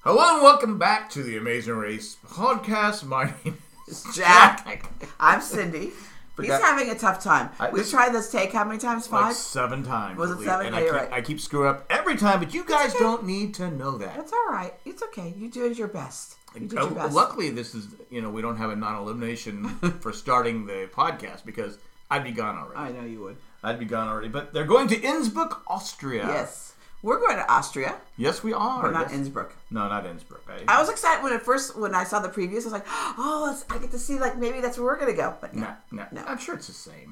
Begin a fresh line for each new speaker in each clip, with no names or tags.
Hello and welcome back to the Amazing Race podcast. My name is Jack.
I'm Cindy. He's
that-
having a tough time.
I-
we
this-
tried this take how many times? Five?
Like seven times.
Was it
really,
seven?
And
Yeah,
I keep,
you're right.
I keep screwing up every time, but you guys
okay.
don't need to know that.
That's all right. It's okay. You did your best. You did your
Uh,
best.
Luckily, this is you know we don't have a non-elimination for starting the podcast because I'd be gone
I
already.
know you would.
I'd be gone already. But they're going to Innsbruck, Austria.
Yes. We're going to Austria.
Yes, we are.
We're
Uh,
not
Yes.
Innsbruck.
no, not Innsbruck. eh? I,
I was excited when at first when I saw the previews. I was like, oh, it's- I get to see like maybe that's where we're gonna go. But no,
no, no,
No.
I'm sure it's the same.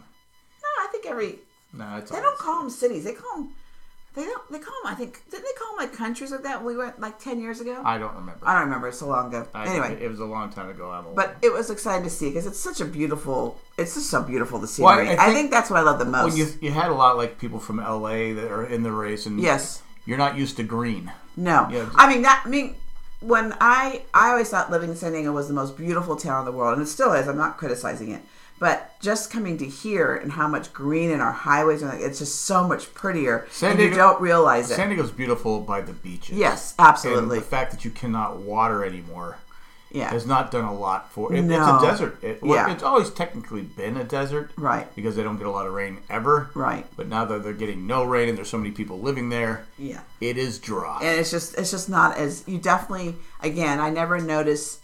no, I think every
No, it's
they don't call them cities. They call them they don't they call them I think didn't they call them like countries like that? when We went like ten years ago. I,
I don't remember.
don't remember. It's so long ago.
I-
anyway,
it was a long time ago. I'm old.
But it was exciting to see because it's such a beautiful. It's just so beautiful to see.
Well, I-
I,
I
think,
think-
that's what I love the
Well,
most.
you, you had a lot like people from LA that are in the race, and
yes.
you're not used to green.
No.
Yeah.
I mean that. I mean, when I I always thought living in San Diego was the most beautiful town in the world, and it still is. I'm not criticizing it, but just coming to here and how much green in our highways, and it's just so much prettier.
San
and you
Diego-
don't realize it.
San Diego's beautiful by the beaches.
yes,
and
absolutely.
the fact that you cannot water anymore
yeah.
has not done a lot for it.
No.
It's a desert. It, well,
Yeah.
it's always technically been a desert,
Right.
Because they don't get a lot of rain ever,
Right.
But now that they're getting no rain and there's so many people living there,
Yeah.
it is dry.
and it's just it's just not as you definitely again I never noticed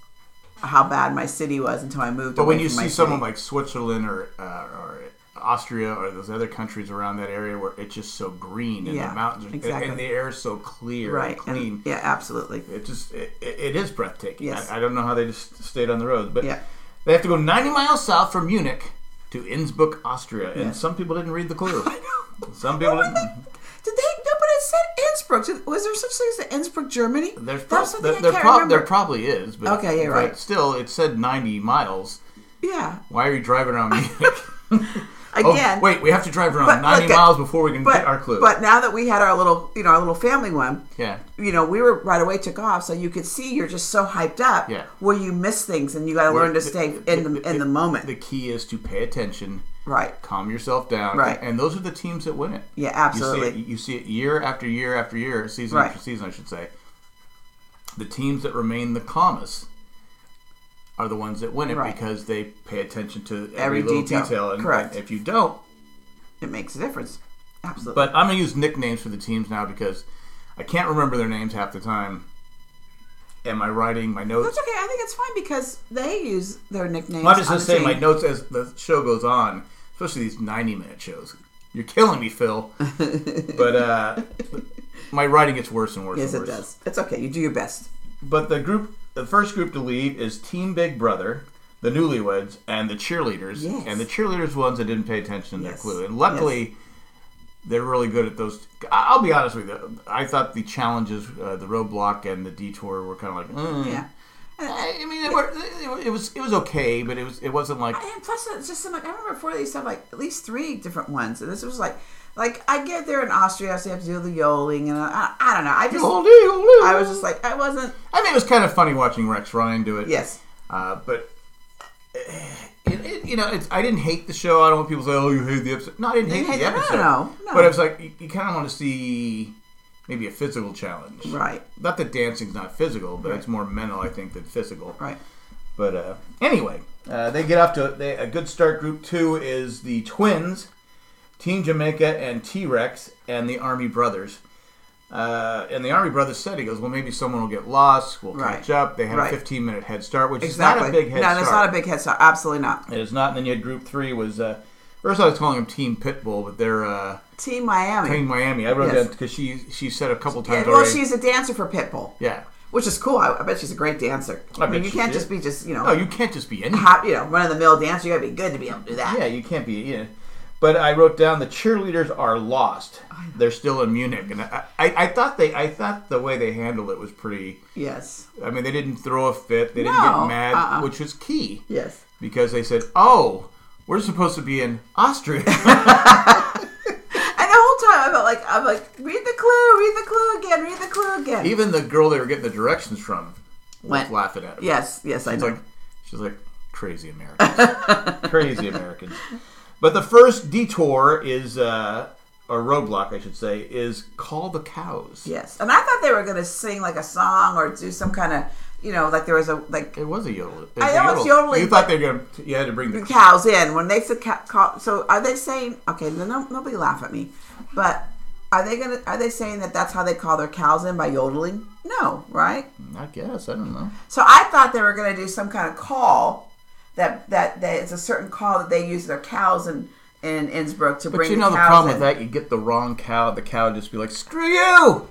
how bad my city was until I moved.
But when
away
you
from my
see
city.
someone like Switzerland or uh, or Austria or those other countries around that area where it's just so green and
Yeah,
the mountains are,
exactly.
and the air is so clear
right
and
and-
clean,
yeah, absolutely.
it just it, it it is breathtaking.
Yes.
I, I don't know how they just stayed on the road, but
Yeah.
they have to go 90 miles south from Munich to Innsbruck, Austria, and some people didn't read the clue. Some people
Why
didn't.
Did they? No, but it said Innsbruck. Did- Was there such thing as the Innsbruck, Germany?
There's prob-
That's something
there,
I
there
can't
prob-
remember.
there probably is, but
Okay, yeah,
but
right.
Still, it said 90 miles.
yeah.
Why are you driving around Munich? Oh,
Again,
wait, we have to drive around
But
90
look at-
miles before we can
but
get our clue.
but now that we had our little, you know, our little family one,
yeah.
you know, we were right away took off, so you could see you're just so hyped up
Yeah.
where you miss things, and you got to learn to
The-
stay
the-
in the in the moment.
The key is to pay attention,
right.
calm yourself down,
Right.
And those are the teams that win it.
Yeah,
You see, it,
absolutely.
you see it year after year after year, season
Right.
after season, I should say. The teams that remain the calmest are the ones that win it
Right.
because they pay attention to every,
Every
little
detail.
detail. And
Correct.
if you don't,
It makes a difference. Absolutely.
but I'm gonna use nicknames for the teams now because I can't remember their names half the time. And my writing, my notes.
That's okay. I think it's fine because they use their nicknames.
I'm just
on
gonna
the
say
team.
my notes as the show goes on, especially these 90 minute shows. You're killing me, Phil. but uh, my writing gets worse and worse.
Yes,
and
it
worse.
does. It's okay. You do your best.
But the group, the first group to leave is Team Big Brother, the Newlyweds, and the cheerleaders.
Yes.
And the cheerleaders were ones that didn't pay attention to their
Yes.
clue. And luckily, they're really good at those. I- I'll be honest with you. I thought the challenges, uh, the roadblock and the detour, were kind of like. Mm.
Yeah. And-
I I mean, they were, it wa- it was it was okay, but it was it wasn't like
And plus, it's just seemed like I remember before they used to have like at least three different ones, and this was like, like I get there in Austria, so you have to do the yodeling, and uh, I, I don't know. I just,
Oh,
I was just like, I wasn't.
I mean, it was kind of funny watching Rex Ryan do it.
Yes,
Uh, but eh, it, it, you know, it's, I didn't hate the show. I don't want people to say, "Oh, you hate the episode." No, I didn't hate
hate
the
the- no,
episode.
no, no.
But it was like you, you kind of want to see maybe a physical challenge.
right,
Not that dancing's not physical, but it's more mental, I think, than physical.
right.
But uh, anyway, uh, they get off to they, a good start. Group two is the Twins, Team Jamaica, and T Rex, and the Army Brothers. Uh, and the Army Brothers said, he goes, well, maybe someone will get lost. We'll
Right.
catch up. They had
Right.
a 15 minute head start, which
Exactly.
is not a big head
no,
start.
that's not a big head start. Absolutely not.
It is not. And then you had group three was, uh, first I was calling them Team Pitbull, but they're uh,
Team Miami.
Team Miami. I wrote
Yes.
that because she, she said a couple
Yeah,
times
well,
already.
she's a dancer for Pitbull,
yeah.
which is cool. I, I bet she's a great dancer. I,
bet
mean, you
she
can't
is.
just be just you know,
No, Oh, you can't just be anything.
hot, you know, run of the mill dancer. You gotta be good to be able to do that.
Yeah, you can't be. Yeah. But I wrote down the cheerleaders are lost. They're still in Munich, and I, I, I thought they, I thought the way they handled it was pretty.
Yes,
I mean, they didn't throw a fit. They didn't
No,
get mad,
uh-uh.
which was key
yes.
because they said, "Oh, we're supposed to be in Austria."
And the whole time I felt like I'm like, read the clue, read the clue again, read the clue again.
Even the girl they were getting the directions from was
Went-
laughing at. Them.
yes, yes, I
It's
know.
like she's like crazy Americans, crazy Americans. But the first detour is uh, or roadblock, I should say, is Call the Cows.
Yes, and I thought they were going to sing like a song or do some kind of, you know, like there was a like
It was a yodel. It
I
was a
know it's yodeling,
You thought they were gonna. You had to bring the.
the cows in when they said ca- call. So are they saying okay? No, no, nobody laugh at me, but are they gonna are they saying that that's how they call their cows in by yodeling? No, right?
I guess I don't know.
So I thought they were gonna do some kind of call that that that it's a certain call that they use their cows in in Innsbruck to
But
bring.
you know the
cows
problem
in.
with that, you get the wrong cow. The cow would just be like, "Screw you!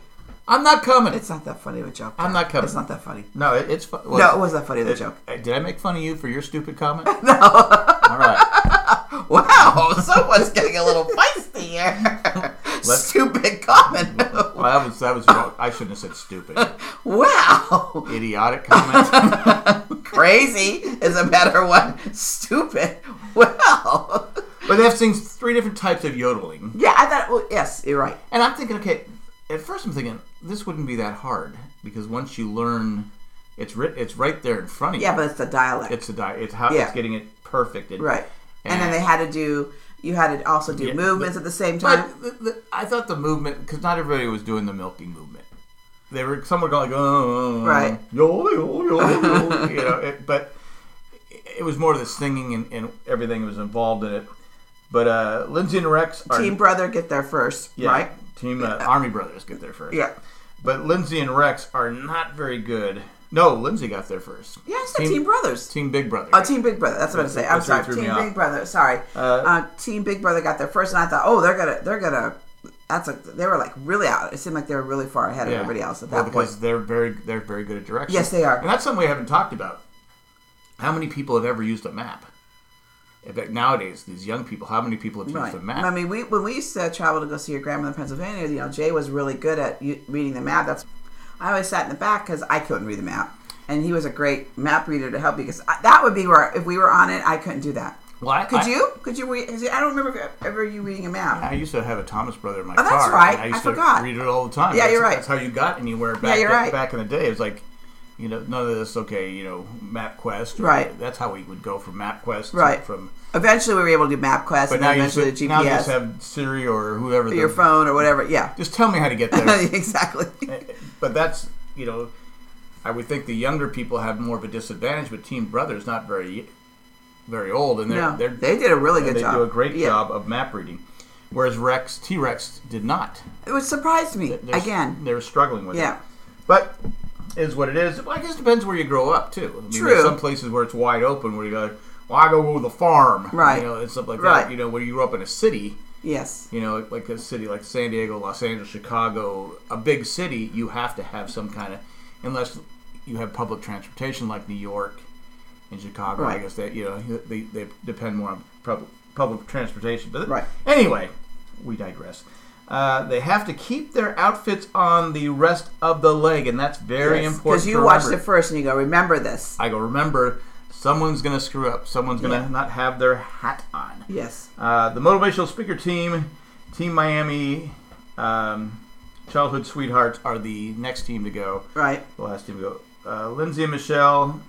I'm not coming."
It's not that funny of a joke.
I'm not coming.
It's not that funny.
no, it, it's fun.
No, it was not funny of a joke.
uh, Did I make fun of you for your stupid comment? no. All right.
Wow, someone's getting a little feisty here. Stupid comment.
Well, that was that was wrong. I shouldn't have said stupid.
wow,
Idiotic comment.
crazy is a better one. Stupid. Wow.
but they have things three different types of yodeling.
Yeah, I thought. Well, yes, you're right.
And I'm thinking, okay, at first I'm thinking this wouldn't be that hard because once you learn, it's writ- it's right there in front of you.
Yeah, but it's the dialect,
it's a di- it's how
Yeah.
it's getting it perfected.
right? And, then
And-
they had to do. You had to also do
Yeah,
movements at the same time.
But the, the, I thought the movement because not everybody was doing the milking movement. They were some were going like, oh,
Right.
yo, yo, yo, yo, you know. It, but it was more of the singing and, and everything was involved in it. But uh, Lindsay and Rex are
Team brother get there first,
yeah,
right?
Team uh, Army Brothers get there first.
Yeah.
But Lindsay and Rex are not very good. No, Lindsay got there first.
Yeah, I said team, brothers.
Team Big Brother.
Oh, Team Big Brother. That's what I was saying. I'm
That's what
sorry,
threw
Team
me
Big
off.
Brother. Sorry, uh, Team Big Brother got there first, and I thought, oh, they're gonna, they're gonna. That's like they were like really out. It seemed like they were really far ahead of everybody else at
Well,
that
because
point.
they're very they're very good at directions.
Yes, they are.
And that's something we haven't talked about. How many people have ever used a map? In fact, nowadays, these young people, how many people have
Right.
used a map?
I mean, we when we used to travel to go see your grandmother in Pennsylvania, you know, Jay was really good at u- reading the map. That's I always sat in the back because I couldn't read the map, and he was a great map reader to help because I, that would be where if we were on it, I couldn't do that.
Well, I-
Could
I-
you? Could you read? 'cause I don't remember ever you reading a map.
I used to have a Thomas brother in my
Oh, that's
car.
right.
and I used
I
to
forgot.
read it all the time.
Yeah,
That's-
you're right.
That's how you got anywhere back,
you're right.
back in the day. It was like, you know, none of this, okay, you know, MapQuest. Or,
Right.
That's how we would go from MapQuest to-
Right.
from
Eventually, we were able to do MapQuest,
But
and
now
then
you,
eventually
just,
the
now you
GPS,
just have Siri or whoever.
your
the-
phone, or whatever. Yeah,
Just tell me how to get there.
exactly.
but that's you know, I would think the younger people have more of a disadvantage. But Team Brother's not very, very old, and they're,
No,
they're
they did a really good
they
job.
do a great
Yeah.
job of map reading. Whereas Rex T Rex did not.
It would surprise me
They're-
again.
they were struggling with
Yeah.
it. But is what it is. Well, I guess it depends where you grow up too. I mean, there's
True.
some places where it's wide open where you go. Well, I go to the farm,
Right.
You know, and stuff like
Right.
that. You know, when you grow up in a city,
Yes.
you know, like a city like San Diego, Los Angeles, Chicago, a big city, you have to have some kind of, unless you have public transportation like New York and Chicago. I
Right.
guess that you know they, they depend more on public public transportation. But
Right.
anyway, we digress. Uh, they have to keep their outfits on the rest of the leg, and that's very important.
Because
to
you watched
remember.
it first, and you go, "Remember this."
I go remember. Someone's gonna screw up. Someone's gonna
Yeah.
not have their hat on.
Yes.
Uh, the motivational speaker team, Team Miami, um, Childhood Sweethearts are the next team to go.
Right.
The last team to go. Uh, Lindsay and Michelle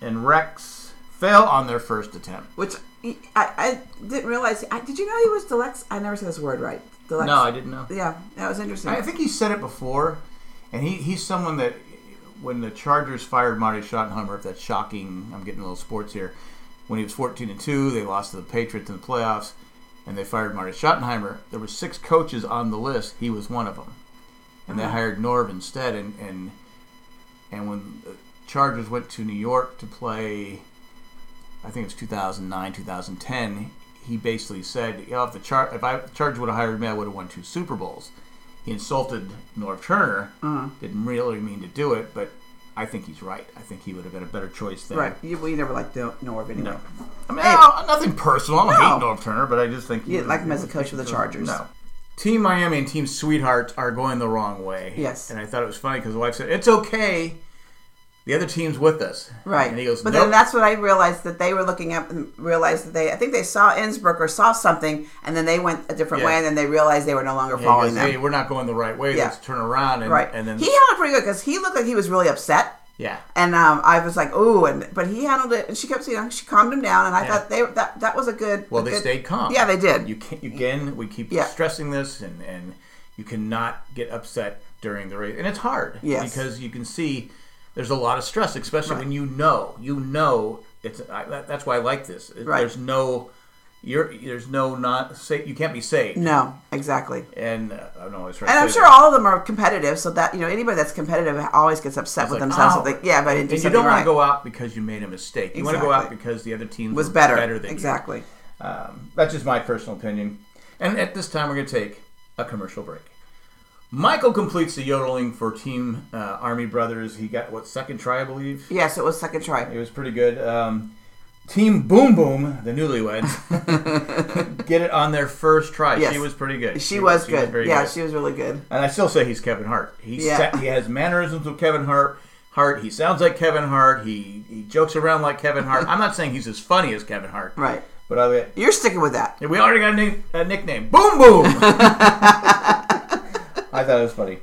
and Rex fail on their first attempt.
Which I, I didn't realize. I, did you know he was Delex? I never said this word right. Delex.
No, I didn't know.
Yeah, that was interesting.
I think he said it before, and he, he's someone that when the Chargers fired Marty Schottenheimer, if that's shocking, I'm getting a little sports here. When he was 14 and two, they lost to the Patriots in the playoffs, and they fired Marty Schottenheimer. There were six coaches on the list. He was one of them, and they hired Norv instead. And and and when the Chargers went to New York to play, I think it was 2009, 2010. He basically said, "You know, if the Char- if I the Chargers would have hired me, I would have won two Super Bowls." he insulted Norv Turner.
Uh-huh.
Didn't really mean to do it, but I think he's right. I think he would have been a better choice than.
right. You, well, you never liked Nor- Norv anyway.
No. I mean, no, nothing personal. I don't hate Norv Turner, but I just think he
You
was-
didn't like him as a coach for the Chargers.
No. Team Miami and Team Sweethearts are going the wrong way.
Yes.
And I thought it was funny because the wife said, "It's okay." The other team's with us.
Right.
And he goes,
but
"Nope."
then that's what I realized that they were looking up and realized that they, I think they saw Innsbruck or saw something, and then they went a different
Yeah.
way, and then they realized they were no longer
And he
following
goes,
them.
hey, we're not going the right way.
Yeah.
Let's turn around and
right.
and then
he held it pretty good because he looked like he was really upset.
Yeah.
And um, I was like, "Ooh!" And but he handled it, and she kept, you know, she calmed him down, and I
Yeah.
thought they that that was a good.
Well,
a
they
good-
stayed calm.
Yeah, they did.
You can again. We keep
Yeah.
stressing this, and and you cannot get upset during the race, and it's hard.
Yes.
because you can see there's a lot of stress, especially when you know you know it's. I, that, that's why I like this. It-
Right.
There's no. You're, there's no not sa You can't be saved.
no, exactly.
And uh, I don't know. I was trying
And
to
I'm
say
sure
that.
all of them are competitive, so that you know anybody that's competitive always gets upset
like,
with themselves.
"Oh."
if they- yeah, but I didn't
And
do
you
something
don't want
right.
to go out because you made a mistake. You want to go out
Exactly.
because the other team
was better.
than you.
exactly.
Um, that's just my personal opinion. And at this time, we're going to take a commercial break. Michael completes the yodeling for Team uh, Army Brothers. He got, what, second try, I believe?
Yes, it was second try.
It was pretty good. Um, Team Boom Boom, the newlyweds, get it on their first try.
Yes.
She was pretty good.
She was
she
good.
very
yeah,
good.
she was really good.
And I still say he's Kevin Hart. He
Yeah.
sa- he has mannerisms of Kevin Hart. Hart. He sounds like Kevin Hart. He he jokes around like Kevin Hart. I'm not saying he's as funny as Kevin Hart.
Right.
But I,
You're sticking with that.
we already got a, nick- a nickname. Boom Boom. I thought it was funny.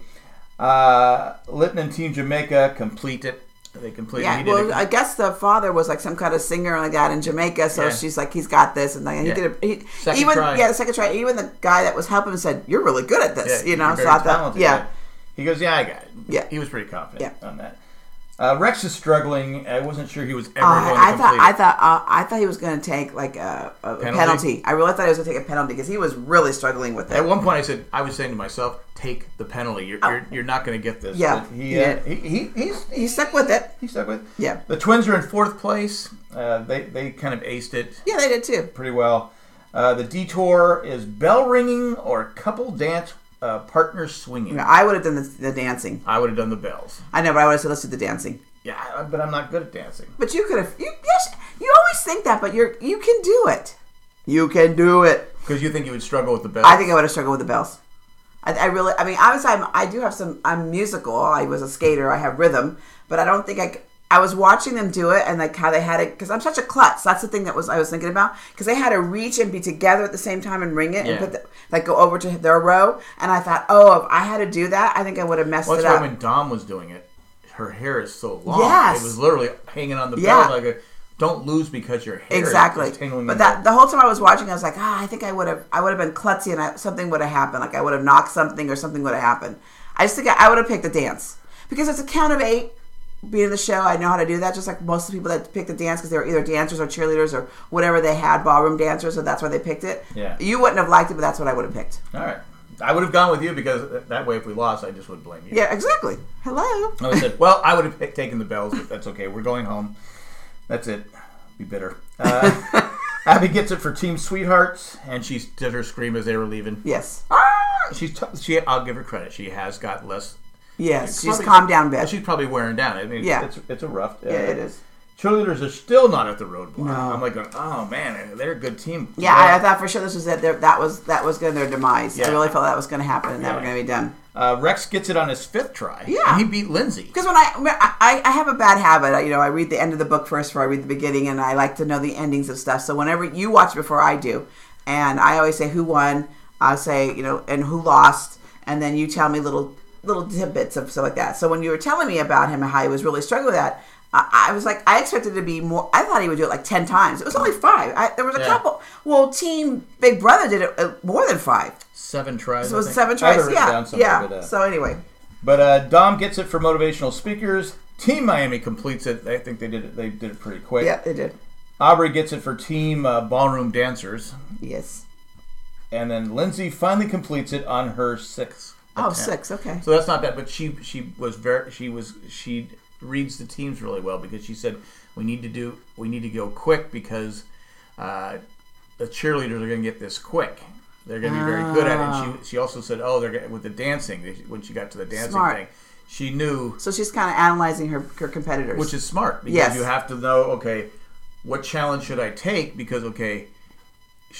Uh, Litton and Team Jamaica complete it. They complete.
Yeah,
he did
well,
a-
I guess the father was like some kind of singer like that in Jamaica, so
Yeah.
she's like, he's got this, and then he
Yeah.
did a, he,
Second
even
try.
yeah, the second try. Even the guy that was helping him said, "You're really good at this,"
Yeah,
you know.
you're
So
very
I thought,
talented,
yeah,
He goes, yeah, I got it.
Yeah.
He was pretty confident
Yeah.
on that. Uh, Rex is struggling. I wasn't sure he was ever going to
Uh, I, I
complete
thought
it.
I thought uh, I thought he was going to take like a, a penalty? I really thought he was going to take a penalty because he was really struggling with
At
it.
one point, I said, I was saying to myself, "Take the penalty. You're, you're, you're not going to get this."
Oh. Yeah,
But he,
he
uh,
did.
he, he he's
He stuck with it.
he stuck with. it.
Yeah,
The Twins are in fourth place. Uh, they they kind of aced it
yeah, they did too.
pretty well. Uh, the detour is bell ringing or couple dance uh, partner swinging.
I would have done the, the dancing.
I would have done the bells.
I know, but I would have said, "Let's do the dancing."
Yeah, I- but I'm not good at dancing.
But you could have. You, yes, you always think that, but you're you can do it. You can do it.
Because you think you would struggle with the bells.
I think I would have struggled with the bells. I, I really, I mean, obviously, I'm, I do have some. I'm musical. I was a skater. I have rhythm, but I don't think I. c- I was watching them do it and like how they had it because I'm such a klutz. That's the thing that was I was thinking about because they had to reach and be together at the same time and ring it
Yeah.
and put the, like go over to their row. And I thought, oh, if I had to do that, I think I would have messed
Well,
it
that's
up.
why when Dom was doing it, her hair is so long.
Yes.
It was literally hanging on the
Yeah.
bell like a. Don't lose because your hair
exactly.
is tingling.
But
in
that the whole time I was watching, I was like, ah, I think I would have, I would have been klutzy, and I, something would have happened. Like I would have knocked something, or something would have happened. I just think I, I would have picked the dance because it's a count of eight. Being in the show, I know how to do that. Just like most of the people that picked the dance because they were either dancers or cheerleaders or whatever they had, ballroom dancers, so that's why they picked it.
Yeah.
You wouldn't have liked it, but that's what I would have picked.
All right. I would have gone with you because th- that way, if we lost, I just would blame you.
Yeah, exactly. Hello.
I would have said, well, I would have picked- taken the bells, but that's okay. We're going home. That's it. Be bitter. Uh, Abby gets it for Team Sweethearts, and she did her scream as they were leaving. Ah,
Yes.
She's t- she. I'll give her credit. She has got less.
Yes. She's
probably-
calmed down, bitch.
She's probably wearing down. I mean,
Yeah.
it's it's a rough.
Yeah, it is.
Cheerleaders are still not at the roadblock.
No.
I'm like, going, oh man, they're a good team.
Yeah, I, I thought for sure this was that. their- That was that was going to their demise.
Yeah.
I really felt that was going to happen, and that we're
Yeah.
going to be done.
Uh, Rex gets it on his fifth try.
Yeah.
and he beat Lindsay.
Because when I, I I have a bad habit, I- you know, I read the end of the book first before I read the beginning, and I like to know the endings of stuff. So whenever you watch before I do, and I always say who won, I'll say you know, and who lost, and then you tell me little little tidbits of stuff like that. So when you were telling me about him and how he was really struggling with that, I, I was like, I expected it to be more. I thought he would do it like ten times. It was only five. I, there was a
Yeah.
couple. Well, Team Big Brother did it uh, more than five.
Seven tries.
So
I
it was
think.
seven
I have it
tries.
written
Yeah,
down somewhere,
yeah.
but, uh,
so anyway,
But uh, Dom gets it for motivational speakers. Team Miami completes it. I think they did it. They did it pretty quick.
yeah, they did.
Aubrey gets it for team uh, ballroom dancers,
Yes.
and then Lindsay finally completes it on her sixth.
Oh,
attempt.
six. Okay.
So that's not bad. But she she was very she was she reads the teams really well because she said we need to do we need to go quick because uh, the cheerleaders are going to get this quick. They're going to be very good at it.
Ah.
And she she also said oh they're gonna, with the dancing when she got to the dancing
Smart.
thing she knew
So she's kind of analyzing her, her competitors.
which is smart because
Yes.
you have to know okay what challenge should i take because okay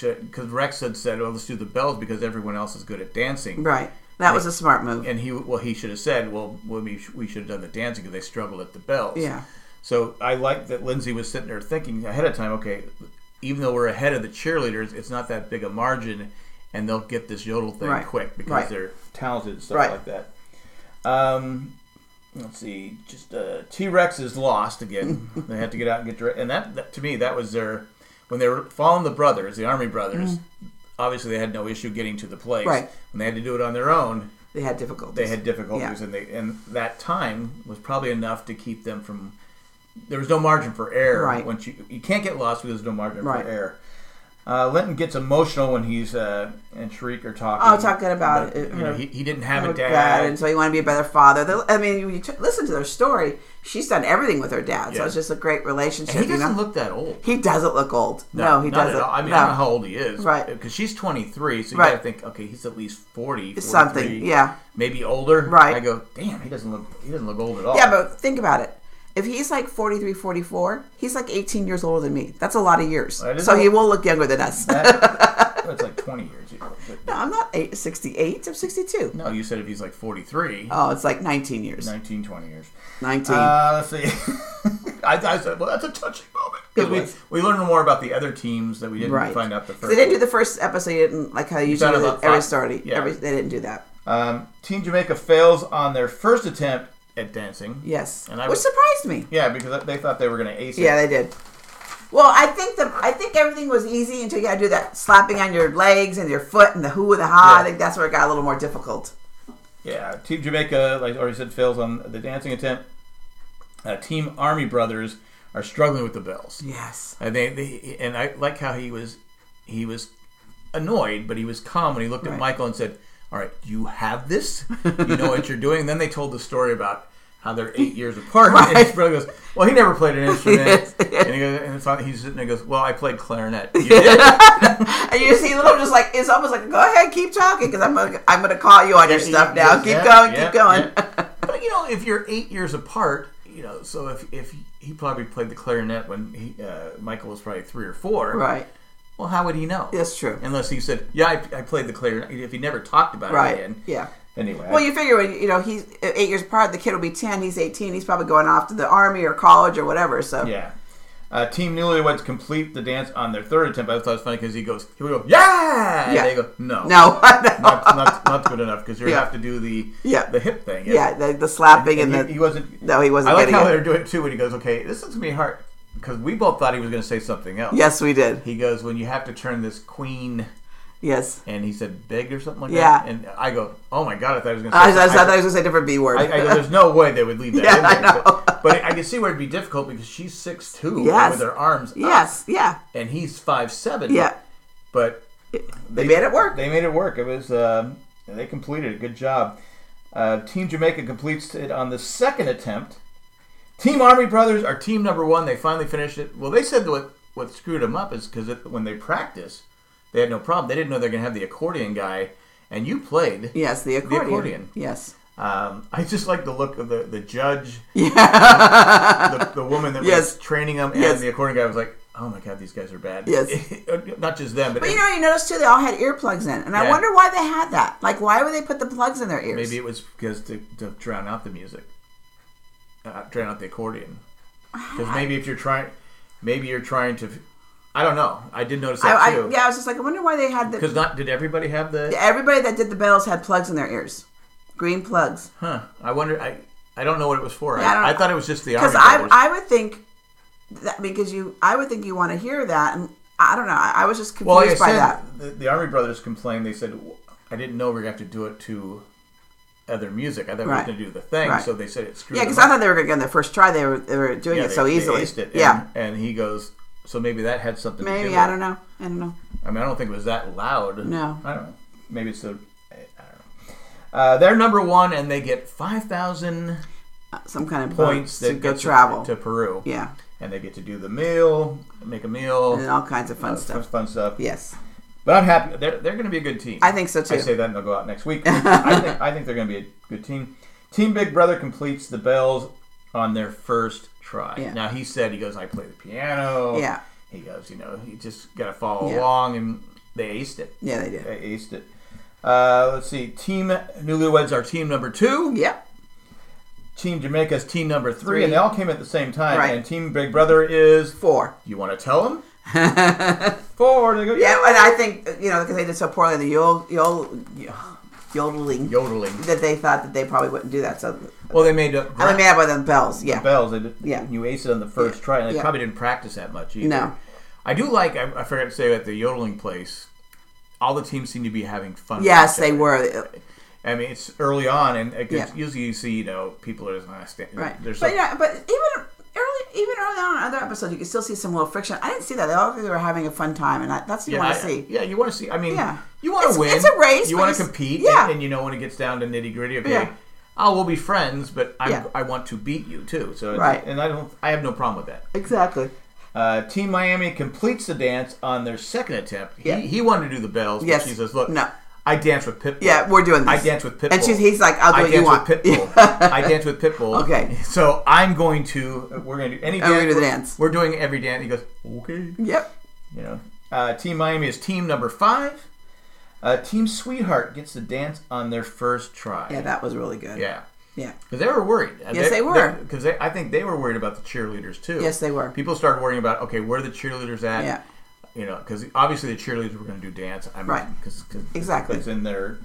because rex had said well let's do the bells because everyone else is good at dancing
right. That was a smart move.
and he well he should have said well well, we, sh- we should have done the dancing because they struggled at the bells
Yeah.
so i like that lindsay was sitting there thinking ahead of time okay even though we're ahead of the cheerleaders it's not that big a margin and they'll get this yodel thing
Right.
quick because
Right.
they're talented and stuff
Right.
like that um Let's see. Just uh, T Rex is lost again. they had to get out and get direct. And that, that to me, that was their when they were following the brothers, the army brothers. Obviously, they had no issue getting to the place.
Mm-hmm. Right.
When they had to do it on their own,
They had difficulties.
they had difficulties, and they and that time was probably enough to keep them from. There was no margin for error.
Right.
Once you you can't get lost because there's no margin
Right.
for error. Uh, Lenton gets emotional when he's uh, and Shriek are talking.
Oh, talking about it-
you know,
her-
he, he didn't have
her
a dad.
Oh, and so you want to be a better father. They'll- I mean, you, you t- listen to their story. She's done everything with her dad, so
Yeah.
it's just a great relationship.
And he
you know?
doesn't look that old.
He doesn't look old. No, he
not at
doesn't.
all. I mean,
no.
I don't know how old he is,
Right.
Because she's 23, so you
Right.
gotta think, okay, he's at least 40, 43,
something. Yeah,
maybe older.
Right.
I go, damn, he doesn't look, he doesn't look old at all.
yeah. But think about it. If he's like 43, 44, he's like 18 years older than me. That's a lot of years.
That is
So
a-
he will look younger than us. no,
That- that's like 20 years. you know, but-
I'm not eight, 68. I'm 62.
no, you said if he's like 43,
Oh, it's like 19 years.
19, 20 years.
19.
Uh, let's see. I, I said, well, that's a touching moment
It
because
was.
we, we learned more about the other teams that we didn't
Right.
find out the first.
they didn't do the first episode. They didn't like how you usually
Done
do
about
every
five.
story.
Yeah.
Every, they didn't do that.
um, Team Jamaica fails on their first attempt at dancing.
Yes,
And I
which
was-
surprised me.
Yeah, because they thought they were going to ace it.
Yeah, they did. Well, I think the I think everything was easy until you got to do that slapping on your legs and your foot and the who and the ha. I
Yeah.
think that's where it got a little more difficult.
Yeah, Team Jamaica, like I already said, fails on the dancing attempt. Uh, Team Army Brothers are struggling with the bells,
Yes.
and they, they and I like how he was he was annoyed, but he was calm when he looked at
Right.
Michael and said, "All right, you have this. You know what you're doing." And then they told the story about how they're eight years apart. And his brother goes, "Well, he never played an instrument,"
Yes, yes.
and he goes, and it's not, he's sitting there and goes, "Well, I played clarinet." You did?
And you see little just like it's almost like go ahead, keep talking because I'm gonna, I'm gonna call you on your stuff now. Keep
Yeah,
going,
yeah,
keep going.
yeah. But you know, if you're eight years apart, you know, so if if he probably played the clarinet when he uh, Michael was probably three or four,
Right.
Well, how would he know?
That's true.
Unless he said, "Yeah, I, I played the clarinet." If he never talked about
Right.
it again,
Yeah.
Anyway,
Well, you figure when you know he's eight years apart, the kid will be ten. He's eighteen. He's probably going off to the army or college or whatever. So
yeah. Uh, Team Newlyweds complete the dance on their third attempt. I thought it was funny because he goes, "Here we go, yeah!" And
Yeah.
they go, "No,
no,
not, not, not good enough because you
Yeah.
have to do the
Yeah.
the hip thing."
yeah, the, the slapping and,
and he,
the
he wasn't.
no, he wasn't
I like
getting
how
it.
they're doing it too when he goes, okay, this is gonna be hard because we both thought he was gonna say something else.
Yes, we did.
He goes, when you have to turn this queen,
Yes.
and he said big or something like
Yeah.
that. And I go, oh my god, I thought he was
I,
gonna. Say
was- I, was- I
something.
thought I was gonna say a different B word.
I, I go, there's no way they would leave that.
Yeah,
in there.
I know.
But, but I can see where it'd be difficult because she's six two
Yes.
with her arms up,
yes, yeah,
and he's five seven.
yeah.
but
They, made it work.
They made it work. It was um they completed it. Good job. Uh, Team Jamaica completes it on the second attempt. Team Army Brothers are team number one. They finally finished it. Well, they said that what what screwed them up is because when they practice, they had no problem. They didn't know they're gonna have the accordion guy, and you played.
yes, the accordion.
accordion.
Yes.
Um, I just like the look of the the judge, the, the woman that
Yes.
was training them, and
Yes.
the accordion guy was like, "Oh my god, these guys are bad."
Yes.
not just them, but,
But you know, you noticed too, they all had earplugs in, and I
Yeah.
wonder why they had that. Like, why would they put the plugs in their ears?
Maybe it was because to, to drown out the music, uh, drown out the accordion. Because maybe if you're trying, maybe you're trying to. I don't know. I did notice
I,
that
I-
too.
yeah, I was just like, I wonder why they had the.
Because not did everybody have the?
Everybody that did the bells had plugs in their ears, green plugs.
Huh. I wonder. I I don't know what it was for.
Yeah, I don't-
I, I thought it was just the army.
Because I,
brothers.
I would think, that, because you, I would think you want to hear that, and I don't know. I, I was just confused
well, like I
by
said,
that.
The, the army brothers complained. They said, "W- I didn't know we were going to have to do it to other music. I thought we were
Right.
going to do the thing.
Right.
So they said it screwed.
Yeah,
them
because
up.
I thought they were going to get on their first try. They were they were doing
Yeah,
it
they-
so
they
easily.
aced it,
yeah,
And, and he goes. So maybe that had something. to do
maybe
with
I
it.
don't know. I don't know.
I mean, I don't think it was that loud.
No.
I don't know. Maybe it's the. I I don't know. Uh, they're number one, and they get five thousand
Uh, some kind of
points
boats
that
to go
gets to-
travel.
to Peru.
yeah,
and they get to do the meal, make a meal,
and all kinds of fun
uh,
stuff.
fun stuff.
Yes,
But I'm happy. They're, they're going to be a good team.
I think so too.
I say that, and they'll go out next week. I think I think they're going to be a good team. Team Big Brother completes the bells on their first try.
Yeah.
Now he said he goes, I play the piano.
Yeah.
He goes, you know, you just got to follow
Yeah.
along, and they aced it.
yeah, they did.
They aced it. Uh, let's see. Team Newlyweds are team number two.
Yeah,
Team Jamaica's team number three,
Three.
and they all came at the same time.
Right.
And Team Big Brother is.
four.
You want to tell them? four. They go.
uh, Yeah, and I think you know because they did so poorly in the Yule Yule yodeling
yodeling.
that they thought that they probably wouldn't do that. So
Well, they made up
I'm mad about them bells. Yeah.
bells. They did,
Yeah.
You ace it on the first try, and they
Yeah.
probably didn't practice that much either.
No.
I do like. I, I forgot to say at the yodeling place, all the teams seem to be having fun. with
Yes,
each
they
other.
were. uh,
I mean, it's early on, and it gets-
Yeah.
usually you see, you know, people are just not standing.
Right.
There's
but
some-
yeah, but even early, even early on in other episodes, you could still see some little friction. I didn't see that. They all they were having a fun time, and I, that's what you want
I-
to see.
Yeah, you want to see. I mean,
Yeah.
you want
It's-
to win.
it's a race,
You
but
want to
it's-
compete.
yeah.
And, and you know when it gets down to nitty gritty. Okay.
Yeah.
Oh, we'll be friends, but I'm,
Yeah.
I want to beat you too. So it's-
Right.
And I don't. I have no problem with that.
Exactly.
Uh, Team Miami completes the dance on their second attempt. He,
Yeah.
he wanted to do the bells, but
Yes.
she says, "Look,
No.
I dance with Pitbull.
Yeah, we're doing
I
this.
dance with Pitbull."
And she's, he's like, I'll do
I
what you
dance
want.
with Pitbull. I dance with Pitbull.
Okay.
So I'm going to. We're going to do any.
And we're gonna do the
we're-
dance.
We're doing every dance. He goes, "Okay."
Yep.
You know, uh, Team Miami is team number five. Uh, team Sweetheart gets the dance on their first try.
Yeah, that was really good.
yeah.
Yeah.
Because they were worried.
Yes, they were.
Because I think they were worried about the cheerleaders too.
Yes, they were.
People started worrying about okay, where are the cheerleaders at?
Yeah.
You know, because obviously the cheerleaders were going to do dance. I mean,
Right.
Because
Exactly.
It's in their,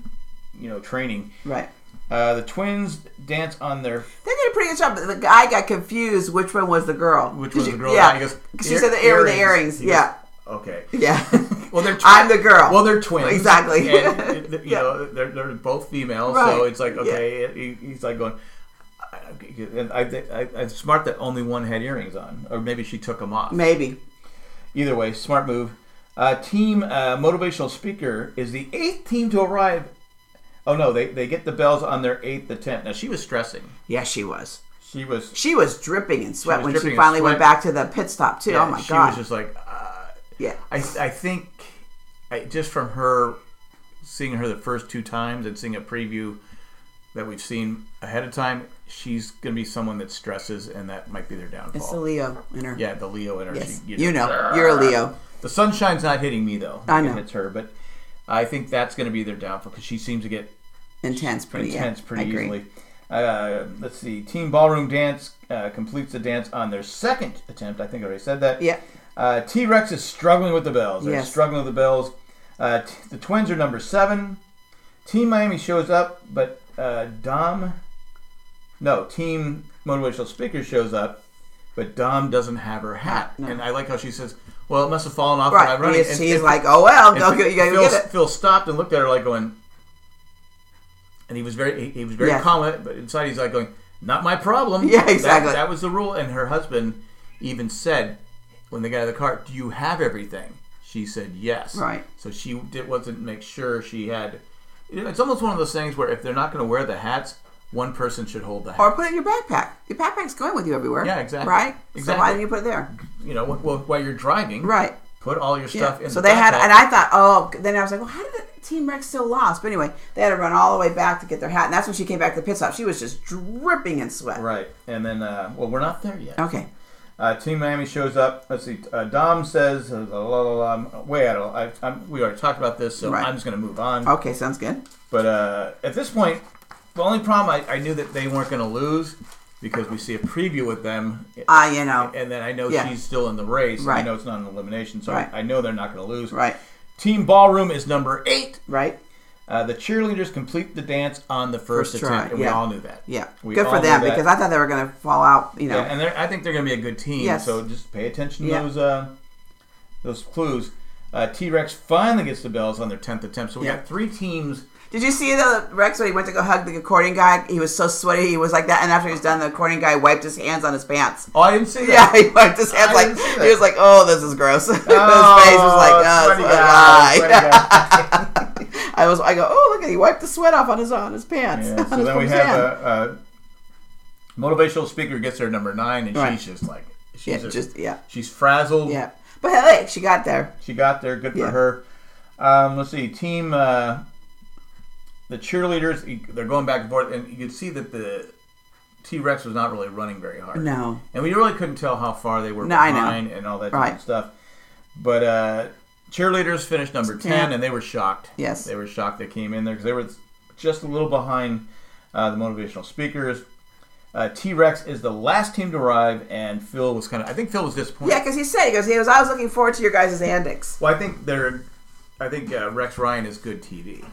you know, training.
Right.
Uh, the twins dance on their
They did a pretty good job. but The guy got confused which one was the girl.
which
'Cause
was
you-
the girl.
Yeah.
and he goes,
'Cause she said the ear with the earrings.
He goes,
yeah.
Okay.
Yeah.
Well, they're twi-
I'm the girl.
Well, they're twins.
Exactly.
And, uh, th- you
Yeah.
know, they're, they're both female, so
Right.
it's like
Yeah.
okay, he- he's like going. I, I, I, I, it's smart that only one had earrings on, or maybe she took them off.
Maybe.
Either way, smart move. Uh, team uh, motivational speaker is the eighth team to arrive. Oh no, they, they get the bells on their eighth attempt. Now she was stressing.
Yeah, she was.
She was
She was dripping in sweat
was
when
dripping
she
in
finally went
sweat.
back to the pit stop too. oh my
she
god.
was just like. Uh,
yeah.
I, I think I, just from her seeing her the first two times and seeing a preview that we've seen ahead of time, she's going to be someone that stresses, and that might be their downfall.
It's the Leo in her.
yeah, the Leo in her.
Yes.
she-
You know, you're a Leo.
The sunshine's not hitting me though.
I know.
It hits her, but I think that's going to be their downfall because she seems to get
Intense, pretty yeah,
intense
I
pretty
agree.
easily. Uh, let's see. Team Ballroom Dance uh, completes the dance on their second attempt. I think I already said that.
Yeah.
Uh, T Rex is struggling with the bells. They're
Yes.
struggling with the bells. Uh, t- the twins are number seven. Team Miami shows up, but uh, Dom. No, Team Motivational Speaker shows up, but Dom doesn't have her hat. And I like how she says, well, it must have fallen off when I
Right.
run
He
it.
is-
And-
he's
and-
like, oh well,
and
go,
Phil-
get- you gotta go
Phil,
get it.
Phil stopped and looked at her like going, and he was very he, he was very
Yes.
calm, with it, but inside he's like going, "Not my problem."
Yeah,
That-
exactly.
That, was the rule, and her husband even said when they got out of the car, "Do you have everything?" She said, "Yes."
Right.
So she did, wasn't make sure she had. you know, It's almost one of those things where if they're not going to wear the hats, one person should hold the hat.
Or put it in your backpack. Your backpack's going with you everywhere.
Yeah, exactly.
Right? So
Exactly.
why didn't you put it there?
you know, wh- wh- while you're driving,
Right.
Put all your
Yeah.
stuff in.
So
the
they had,
backpack.
and I thought, oh, then I was like, well, how did the Team Rex still lost? But anyway, they had to run all the way back to get their hat, and that's when she came back to the pit stop. She was just dripping in sweat.
right, and then uh, well, we're not there yet.
Okay.
Uh, Team Miami shows up. Let's see. Uh, Dom says, uh, la, la, la, la, I'm way out of. I, I'm, we already talked about this, so
Right.
I'm just going to move on.
Okay, sounds good.
But uh, at this point, the only problem I, I knew that they weren't going to lose because we see a preview with them,
Ah, you know.
and then I know
Yeah.
she's still in the race. and I
Right.
know it's not an elimination, so I-
Right.
I, know they're not going to lose.
Right.
Team Ballroom is number eight.
Right.
Uh, the cheerleaders complete the dance on the first,
First try,
attempt, and we
yeah.
all knew that.
Yeah.
We
good
all
for
knew
them
that.
because I thought they were going to fall out. You know.
Yeah, and they're, I think they're going to be a good team.
Yes.
So just pay attention to
Yeah.
those uh, those clues. Uh, T Rex finally gets the bells on their tenth attempt. So we
Yeah.
got three teams.
Did you see the Rex when he went to go hug the accordion guy? He was so sweaty. He was like that, and after he was done, the accordion guy wiped his hands on his pants.
Oh, I didn't see
Yeah,
that.
he wiped his hands
I
like
didn't see that.
he was like, "Oh, this is gross." his face was like, "Oh,
sweaty
it's
guy,
a
sweaty
lie."
guy.
I was, I go, "Oh, look at he wiped the sweat off on his on his pants."
Yeah,
on
so then
his- from
we
his
have
hand.
a, uh motivational speaker gets her number nine, and
Right.
she's just like she's
yeah,
a-
just yeah,
she's frazzled.
yeah. But hey, she got there.
She got there. Good for
Yeah.
her. Um, let's see, team. Uh, the cheerleaders, e, they're going back and forth, and you could see that the T Rex was not really running very hard.
No,
And we really couldn't tell how far they were
No, I know.
behind and all that type of
Right.
stuff. But uh, cheerleaders finished number 10,
Yeah.
and they were shocked.
Yes.
They were shocked they came in there because they were just a little behind uh, the motivational speakers. Uh, T Rex is the last team to arrive, and Phil was kind of. I think Phil was disappointed.
yeah, because he said he goes, he goes, "I was looking forward to your guys' antics."
Well, I think they're. I think uh, Rex Ryan is good TV.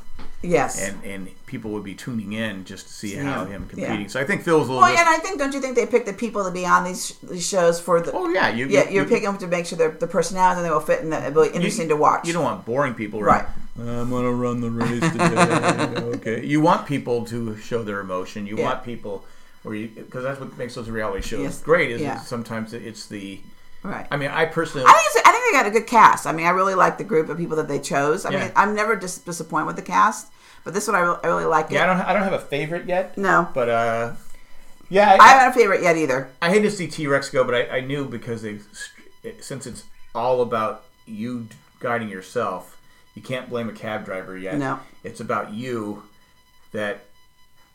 Yes.
and and people would be tuning in just to see
Yeah.
how him competing.
Yeah.
So I think Phil was a little.
Well,
dis-
and I think don't you think they pick the people to be on these, these shows for the
oh yeah, you
yeah
you-
you're
you-
picking them to make sure they're the personalities and they will fit and that it'll be interesting to watch.
You don't want boring people,
Right.
I'm gonna run the race today. okay. You want people to show their emotion. You
Yeah.
want people where you because that's what makes those reality shows
Yes.
great. Is
Yeah.
that sometimes it's the.
right.
I mean, I personally.
I think it's, I think they got a good cast. I mean, I really like the group of people that they chose. I
Yeah.
mean, I'm never dis- disappointed with the cast, but this one I really, I really like it.
yeah, I don't. I don't have a favorite yet.
no,
But uh, yeah,
I
I,
haven't a favorite yet either.
I hate to see T Rex go, but I, I knew because they, since it's all about you guiding yourself, you can't blame a cab driver yet.
No.
it's about you that,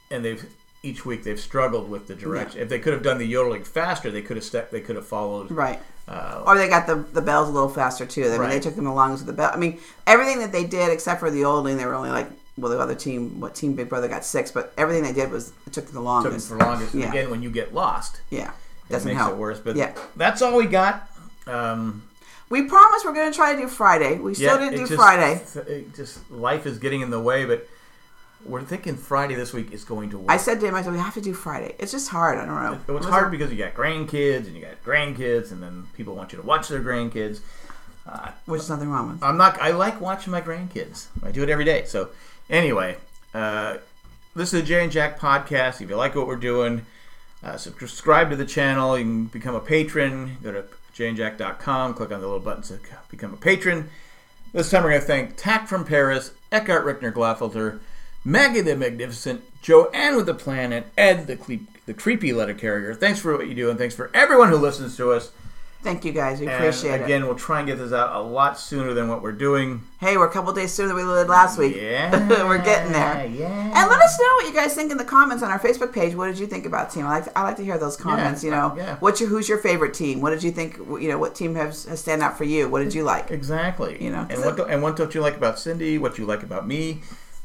and they've each week they've struggled with the direction. If they could have done the yodeling faster, they could have stepped. They could have followed.
Right.
Uh,
Or they got the, the bells a little faster too. I mean, they
Right.
took them along to the bell. I mean, everything that they did except for the olding, they were only like well, the other team, what team Big Brother got six, but everything they did was it took
took
them the
them
longest.
for longest. And
Yeah.
Again, when you get lost,
yeah,
it
doesn't
makes
help.
it worse. But
yeah,
that's all we got. Um,
we promised we're going to try to do Friday. We still
it
didn't do
just-
Friday.
It just life is getting in the way, but we're thinking Friday this week is going to work.
I said to him, I said we have to do Friday. It's just hard. I don't know.
Well, it's
It was
hard because you got grandkids and you got grandkids, and then people want you to watch their grandkids. Uh,
Which is nothing wrong with.
I'm not. I like watching my grandkids. I do it every day. So, anyway, uh, this is the Jay and Jack podcast. If you like what we're doing, uh, subscribe to the channel. You can become a patron. Go to jayandjack.com. Click on the little button to become a patron. This time we're going to thank Tack from Paris, Eckhart Rickner Glaffelter, Maggie the Magnificent, Joanne with the Planet, Ed the, cle- the Creepy Letter Carrier. Thanks for what you do, and thanks for everyone who listens to us.
Thank you guys. We
And
appreciate it.
again, we'll try and get this out a lot sooner than what we're doing.
Hey, we're a couple days sooner than we did last week.
Yeah,
We're getting there.
Yeah.
And let us know what you guys think in the comments on our Facebook page. What did you think about team? I like to, I like to hear those comments. you know,
yeah.
what's your who's your favorite team? What did you think? You know, what team has, has stand out for you? What did you like?
exactly.
You know,
and
so-
what do- and what don't you like about Cindy? What you like about me?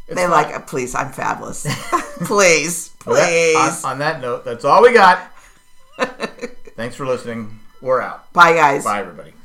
It's
They
fine.
like, it. please, I'm fabulous. please,
Well, that-
please.
on, on that note, that's all we got. Thanks for listening. We're out.
Bye, guys.
Bye, everybody.